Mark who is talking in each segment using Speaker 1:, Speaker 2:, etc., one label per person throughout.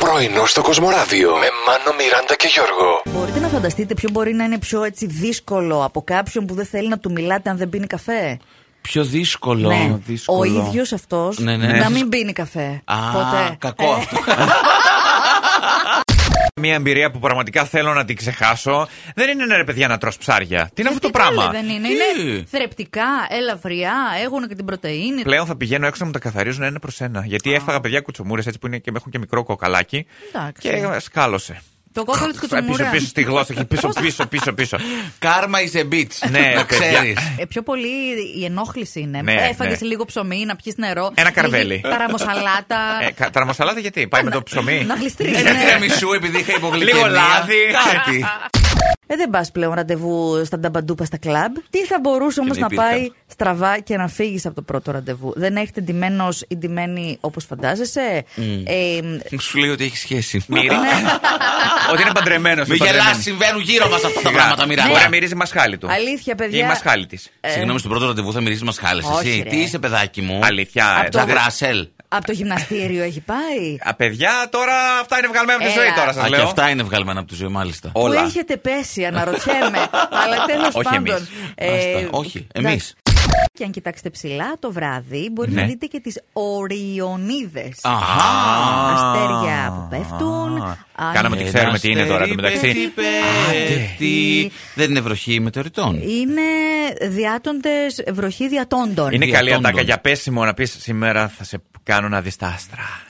Speaker 1: Πρωινό στο Κοσμοράδιο με Μάνο, Μιράντα και Γιώργο.
Speaker 2: Μπορείτε να φανταστείτε ποιο μπορεί να είναι πιο έτσι δύσκολο από κάποιον που δεν θέλει να του μιλάτε αν δεν πίνει καφέ.
Speaker 3: Πιο δύσκολο.
Speaker 2: ναι,
Speaker 3: δύσκολο.
Speaker 2: ο ίδιος αυτός
Speaker 3: Ναι, ναι.
Speaker 2: να μην πίνει καφέ.
Speaker 3: Α,
Speaker 2: Ποτέ.
Speaker 3: κακό
Speaker 2: Ε,
Speaker 3: αυτό.
Speaker 4: Μια εμπειρία που πραγματικά θέλω να την ξεχάσω. Δεν είναι ναι, ρε παιδιά να τρως ψάρια. Τι είναι αυτό το
Speaker 2: ε, τι καλέ
Speaker 4: πράγμα.
Speaker 2: Δεν είναι.
Speaker 3: Τι?
Speaker 2: είναι θρεπτικά, ελαφριά, έχουν και την πρωτενη.
Speaker 4: Πλέον θα πηγαίνω έξω να μου τα καθαρίζουν ένα προς ένα. Γιατί έφαγα παιδιά κουτσομούρες έτσι που είναι και έχουν και μικρό κοκαλάκι.
Speaker 2: Εντάξει.
Speaker 4: Και σκάλωσε.
Speaker 2: Το κόκκινο της
Speaker 4: Πίσω,
Speaker 2: κουτσουμούρα.
Speaker 4: πίσω στη γλώσσα και πίσω, πίσω, πίσω, πίσω.
Speaker 3: Κάρμα is a bitch.
Speaker 4: Ναι,
Speaker 3: το
Speaker 4: παιδιά.
Speaker 3: ξέρεις.
Speaker 2: Ε, πιο πολύ η ενόχληση είναι.
Speaker 4: Ναι,
Speaker 2: Έφαγε
Speaker 4: ναι.
Speaker 2: λίγο ψωμί, να πιεις νερό.
Speaker 4: Ένα καρβέλι.
Speaker 2: λίγη Ταραμοσαλάτα.
Speaker 4: ε, κα- ταραμοσαλάτα γιατί, πάει με το ψωμί. Ναι.
Speaker 2: να ναι. γλιστρήσει.
Speaker 3: Γιατί να μισού επειδή είχα υπογλυκαιμία.
Speaker 4: Λίγο λάδι.
Speaker 3: Κάτι.
Speaker 2: Ε, δεν πας πλέον ραντεβού στα νταμπαντούπα στα κλαμπ. Τι θα μπορούσε όμω
Speaker 3: Και
Speaker 2: να
Speaker 3: δεν υπήρχαν.
Speaker 2: πάει στραβά και να φύγεις από το πρώτο ραντεβού. Δεν έχετε ντυμένος ή ντυμένη όπως φαντάζεσαι. Ε,
Speaker 3: Σου λέει ότι έχει σχέση.
Speaker 2: Ναι.
Speaker 4: Μύρι. Ότι είναι παντρεμένος.
Speaker 3: Με γελάς, συμβαίνουν γύρω μας αυτά τα πράγματα,
Speaker 4: Μπορεί να
Speaker 3: Μιράντα.
Speaker 4: μυρίζει μασχάλη του.
Speaker 2: Ναι. αλήθεια, παιδιά.
Speaker 4: Ή μασχάλη τη.
Speaker 3: Συγγνώμη, στο πρώτο ραντεβού θα μυρίσει μας χάλες.
Speaker 2: Ε. Όχι,
Speaker 3: Εσύ,
Speaker 2: ρε.
Speaker 3: τι είσαι, παιδάκι μου.
Speaker 4: Αλήθεια.
Speaker 2: Απ'
Speaker 4: ε,
Speaker 2: το-
Speaker 3: Τα
Speaker 4: δεν-
Speaker 3: γρασέλ.
Speaker 2: Από το γυμναστήριο έχει πάει.
Speaker 4: Α, παιδιά, τώρα αυτά είναι βγαλμένα από τη
Speaker 2: Έλα.
Speaker 4: ζωή τώρα,
Speaker 3: Α,
Speaker 4: σα
Speaker 3: και
Speaker 4: λέω.
Speaker 3: αυτά είναι βγαλμένα από τη ζωή, μάλιστα.
Speaker 4: Όλα.
Speaker 2: Που έχετε πέσει, αναρωτιέμαι. αλλά τέλος
Speaker 4: Όχι
Speaker 2: πάντων. ε,
Speaker 4: εμείς.
Speaker 3: Άστα, όχι, εμείς.
Speaker 2: εντάξει. Και αν κοιτάξετε ψηλά το βράδυ, μπορεί να
Speaker 4: Ναι.
Speaker 2: δείτε και τις Οριονίδες.
Speaker 3: Αχα.
Speaker 2: Αστέρια που πέφτουν. ε,
Speaker 4: Α.
Speaker 2: αν
Speaker 4: Κάναμε τη
Speaker 3: Ένα
Speaker 4: ξέρουμε τι είναι τώρα, εν τω
Speaker 3: αστέρι
Speaker 4: μεταξύ.
Speaker 3: πέφτει, πέφτει. Δεν είναι βροχή μετεωρητών.
Speaker 2: Είναι διάτοντες βροχή διατόντων.
Speaker 4: Είναι καλή
Speaker 3: Διατόντων.
Speaker 4: ατάκα για πέσιμο να πεις σήμερα θα σε κάνω να δει τα άστρα.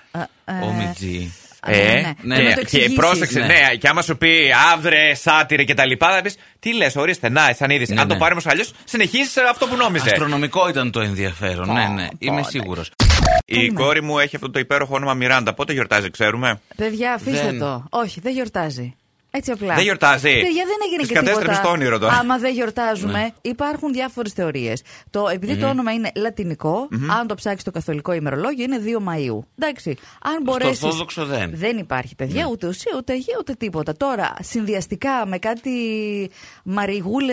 Speaker 2: Ε,
Speaker 3: Ο Μιτζή.
Speaker 2: ε, ναι, ναι. Να
Speaker 3: ναι, ναι.
Speaker 2: το
Speaker 4: και
Speaker 2: εξηγήσεις.
Speaker 4: πρόσεξε,
Speaker 3: ναι.
Speaker 4: ναι. και άμα σου πει αύδρε, σάτυρε και τα λοιπά, θα πεις τι λες, ορίστε, να, σαν είδηση.
Speaker 3: Ναι,
Speaker 4: Αν το
Speaker 3: ναι.
Speaker 4: πάρει όμως αλλιώς, συνεχίζεις αυτό που νόμιζες.
Speaker 3: Αστρονομικό ήταν το ενδιαφέρον. ναι, ναι. Είμαι σίγουρος.
Speaker 2: ναι.
Speaker 4: Η κόρη μου έχει αυτό το υπέροχο όνομα Μιράντα. Πότε γιορτάζει, ξέρουμε.
Speaker 2: Παιδιά, αφήστε
Speaker 3: Δεν.
Speaker 2: το. Όχι, δεν γιορτάζει. Έτσι απλά.
Speaker 4: Δεν γιορτάζει.
Speaker 2: Παιδιά, δεν έγινε
Speaker 4: Τις
Speaker 2: και τίποτα.
Speaker 4: κατέστρεψες το όνειρο τώρα.
Speaker 2: Άμα δεν γιορτάζουμε,
Speaker 4: Ναι.
Speaker 2: υπάρχουν διάφορες θεωρίες. Το, επειδή το όνομα είναι λατινικό, αν το ψάξεις το καθολικό ημερολόγιο, είναι 2 Μαου. Εντάξει. Αν μπορέσεις...
Speaker 3: Ορθόδοξο δεν.
Speaker 2: Δεν υπάρχει,
Speaker 4: Ναι.
Speaker 2: παιδιά, ούτε ουσία, ούτε γη, ούτε τίποτα. Τώρα, συνδυαστικά με κάτι μαριγούλες,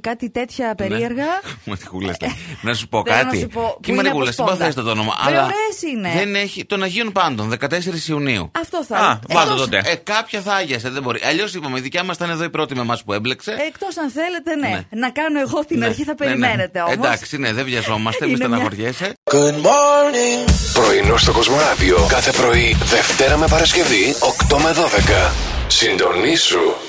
Speaker 2: κάτι
Speaker 4: Ναι.
Speaker 2: τέτοια περίεργα.
Speaker 3: Ναι.
Speaker 2: Ε,
Speaker 3: Μαριγούλα. Να σου πω
Speaker 2: Θέλω να
Speaker 3: κάτι.
Speaker 2: σου πω, που
Speaker 3: Και
Speaker 2: είναι
Speaker 3: Μαριγούλα,
Speaker 2: από σπόντα.
Speaker 3: συμπαθέστε το όνομα.
Speaker 2: Ρε,
Speaker 3: αλλά
Speaker 2: ωραίες είναι.
Speaker 3: Δεν έχει. Των Αγίων Πάντων, 14 Ιουνίου.
Speaker 2: Αυτό θα
Speaker 4: Α,
Speaker 2: είναι.
Speaker 4: βάλτε
Speaker 2: Εκτός-
Speaker 4: τότε.
Speaker 3: Ε, κάποια θα άγιασε, δεν μπορεί. Αλλιώς είπαμε, η δικιά μας ήταν εδώ η πρώτη με εμάς που έμπλεξε.
Speaker 2: Εκτός αν θέλετε, ναι.
Speaker 3: Ναι.
Speaker 2: Να κάνω εγώ Ε, την
Speaker 3: Ναι,
Speaker 2: αρχή, θα
Speaker 3: ναι, ναι.
Speaker 2: περιμένετε όμως.
Speaker 3: Εντάξει, ναι, δεν βιαζόμαστε, μην
Speaker 2: Είναι μια-
Speaker 3: στεναχωριέσαι.
Speaker 1: Πρωινό στο Κοσμοράδιο κάθε πρωί, Δευτέρα με Παρασκευή, 8 με 12. Συντονίσου.